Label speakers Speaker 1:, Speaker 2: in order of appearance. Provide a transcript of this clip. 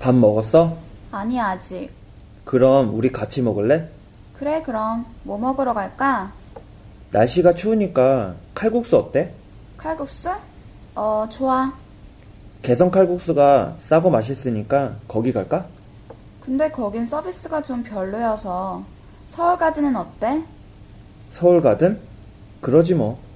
Speaker 1: 밥 먹었어?
Speaker 2: 아니, 아직.
Speaker 1: 그럼 우리 같이 먹을래?
Speaker 2: 그래, 그럼. 뭐 먹으러 갈까?
Speaker 1: 날씨가 추우니까 칼국수 어때?
Speaker 2: 칼국수? 어, 좋아.
Speaker 1: 개성 칼국수가 싸고 맛있으니까 거기 갈까?
Speaker 2: 근데 거긴 서비스가 좀 별로여서. 서울 가든은 어때?
Speaker 1: 서울 가든? 그러지 뭐.